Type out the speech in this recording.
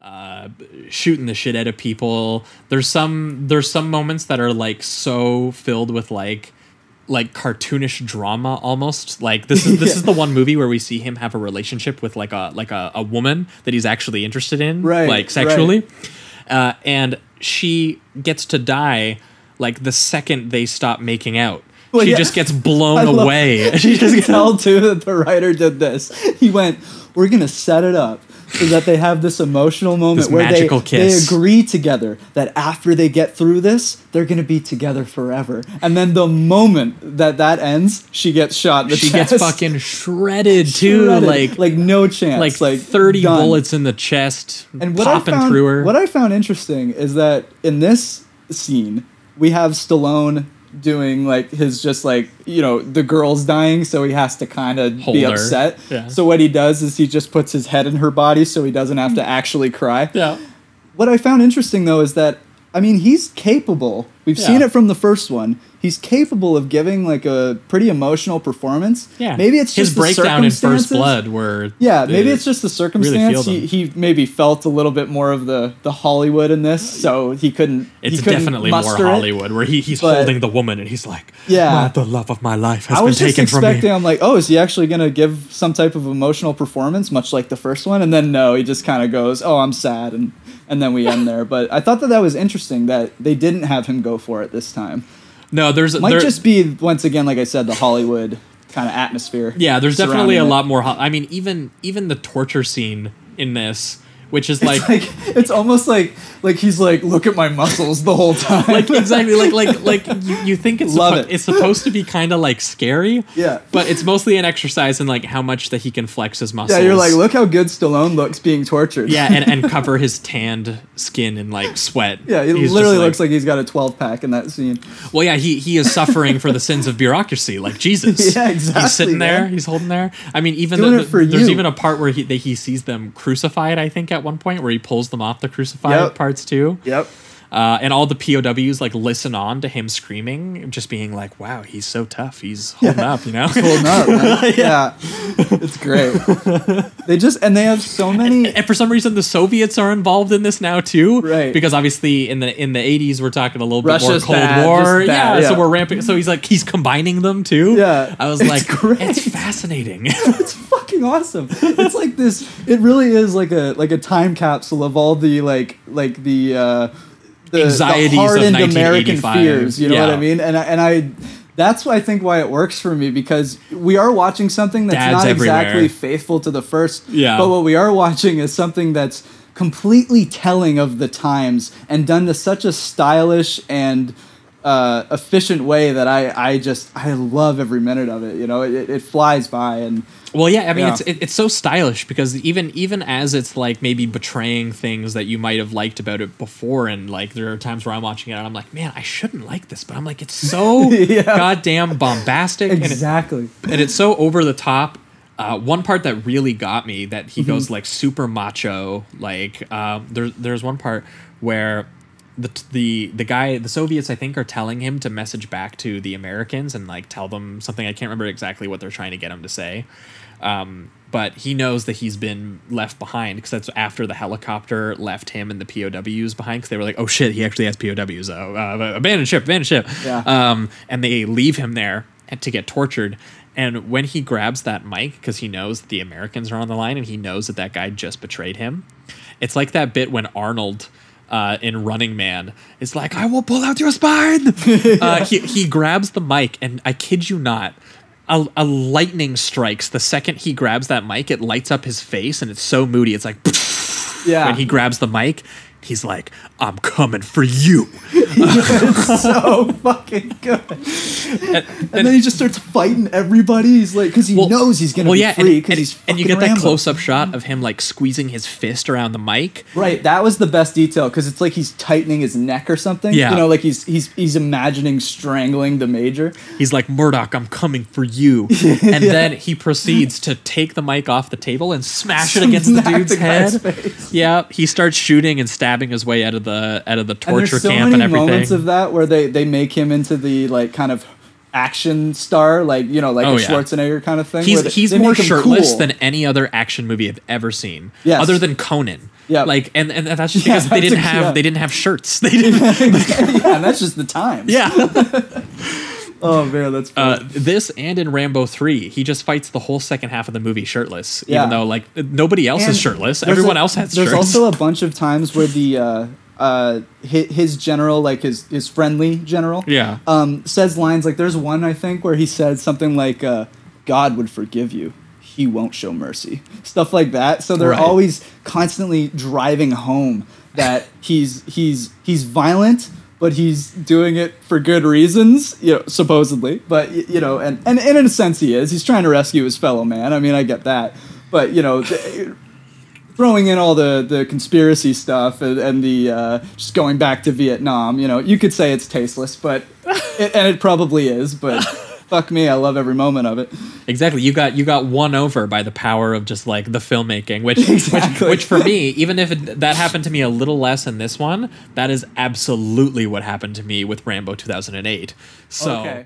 uh, shooting the shit out of people. There's some there's some moments that are like so filled with like like cartoonish drama almost. Like this is this is the one movie where we see him have a relationship with like a like a, a woman that he's actually interested in, Right, like sexually. Uh, and she gets to die like the second they stop making out. Well, she yeah. just gets blown I love- away. she just tell too that the writer did this. He went, "We're gonna set it up so that they have this emotional moment This where they, magical kiss. they agree together that after they get through this, they're gonna be together forever." And then the moment that that ends, she gets shot. In the she chest. gets fucking shredded too. Shredded. Like like no chance. like, Like, 30 done. bullets in the chest And what popping I found, through her. What I found interesting is that in this scene, we have Stallone doing like his just like you know the girl's dying, so he has to kind of Hold be her. upset. Yeah. So what he does is he just puts his head in her body, so he doesn't have to actually cry. Mm. yeah. What I found interesting though is that I mean he's capable. We've seen Yeah. it from the first one. He's capable of giving like a pretty emotional performance. Yeah. Maybe it's his just the breakdown in First circumstances. Blood where Yeah, maybe uh, it's just the feel circumstance. them. he, he maybe felt a little bit more of the, the Hollywood in this, so he couldn't. it's he couldn't definitely more muster it. Hollywood where he, he's but- holding the woman and he's like, Yeah. "Well, the love of my life has I been was just taken from me. expecting. I'm like, oh, is he actually gonna give some type of emotional performance, much like the first one? And then no, he just kind of goes, oh, I'm sad, and and then we end there. But I thought that that was interesting that they didn't have him go for it this time. No, there's Might there, just be once again, like I said, the Hollywood kind of atmosphere. yeah, there's definitely surrounding a it. lot more. ho- I mean, even even the torture scene in this, which is like. Like it's almost like like he's like, look at my muscles the whole time. like exactly like like like you, you think it's Love suppo- it. it's supposed to be kind of like scary Yeah. but it's mostly an exercise in like how much that he can flex his muscles Yeah, you're like, look how good Stallone looks being tortured. Yeah, and, and cover his tanned skin in like sweat. yeah, he He's just literally looks like he's got a 12 pack in that scene. Well, yeah, he he is suffering for the sins of bureaucracy, like Jesus. Yeah, He's exactly, sitting there. man. He's holding there. I mean, even Doing the, it for there's you. even a part where he that he sees them crucified. I think at one point where he pulls them off the crucified Yep. parts too. Yep. Uh, and all the POWs like listen on to him screaming, just being like, "Wow, he's so tough. He's holding up." You know. Holding up, man. yeah. It's great. They just, and they have so many. and for some reason the Soviets are involved in this now too. Right. Because obviously in the in the eighties we're talking a little bit more Russia's Cold bad, War. just yeah, bad, yeah. So we're ramping so he's like he's combining them too. Yeah, I was it's like great. it's fascinating. It's fucking awesome. It's like this, it really is like a, like a time capsule of all the, like, like the, uh, the, the Anxieties of hardened American 1985. fears. You know what I Yeah. mean? And I, and I, that's why I think why it works for me because we are watching something that's Dads not everywhere. exactly faithful to the first. Yeah. But what we are watching is something that's completely telling of the times and done to such a stylish and uh, efficient way that I, I just I love every minute of it. You know, it, it flies by and well, yeah, I mean Yeah. it's it, it's so stylish because even even as it's like maybe betraying things that you might have liked about it before, and like there are times where I'm watching it and I'm like, man, I shouldn't like this, but I'm like, it's so Yeah. goddamn bombastic and it- exactly. and it's so over the top. Uh, one part that really got me that he goes like super macho. Like um, there, there's one part where the the the guy the Soviets I think are telling him to message back to the Americans and like tell them something. I can't remember exactly what they're trying to get him to say. Um, but he knows that he's been left behind because that's after the helicopter left him and the POWs behind because they were like, oh shit, he actually has POWs. Oh, uh, abandon ship, abandon ship. Yeah. Um, and they leave him there and- to get tortured. And when he grabs that mic because he knows that the Americans are on the line and he knows that that guy just betrayed him, it's like that bit when Arnold. Uh, in Running Man, is like I will pull out your spine. uh, he he grabs the mic, and I kid you not, a, a lightning strikes the second he grabs that mic it lights up his face and it's so moody it's like Yeah. when he grabs the mic he's like i'm coming for you it's so fucking good. And, then he just starts fighting everybody. He's like, because he knows he's gonna be free and, because he's and you fucking get that Rambo. close-up shot of him like squeezing his fist around the mic Right, that was the best detail because it's like he's tightening his neck or something. Yeah. you know, like he's he's he's imagining strangling the major. he's like murdoch i'm coming for you and then he proceeds to take the mic off the table and smash it against the Smack dude's the guy's head face. yeah he starts shooting and stabbing his way out of the out of the And torture there's so camp many and everything moments of that where they they make him into the like kind of action star, like you know, like Oh, a yeah. Schwarzenegger kind of thing. He's where they- he's they more make him shirtless cool. than any other action movie I've ever seen. Yes. Other than Conan. Yeah. Like and, and that's just Yeah, because they that's didn't ex- have yeah. they didn't have shirts. They didn't yeah, and that's just the times. Yeah. Oh man, that's funny. Uh, this and in Rambo 3, he just fights the whole second half of the movie shirtless, Yeah. even though like nobody else And is shirtless. there's Everyone a- else has There's shirts. also a bunch of times where the uh, uh, his, his general, like his his friendly general, Yeah. um, says lines like. There's one I think where he said something like, uh, "God would forgive you." He won't show mercy. Stuff like that. So they're Right. always constantly driving home that he's he's he's violent, but he's doing it for good reasons, you know, supposedly. But y- you know, and, and, and in a sense he is. He's trying to rescue his fellow man. I mean, I get that. But you know, th- throwing in all the, the conspiracy stuff and, and the uh, just going back to Vietnam, you know, you could say it's tasteless, but it, and it probably is, but fuck me, I love every moment of it. Exactly. You got you got won over by the power of just like the filmmaking, which Exactly. which, which for me, even if it, that happened to me a little less in this one, that is absolutely what happened to me with Rambo 2008. So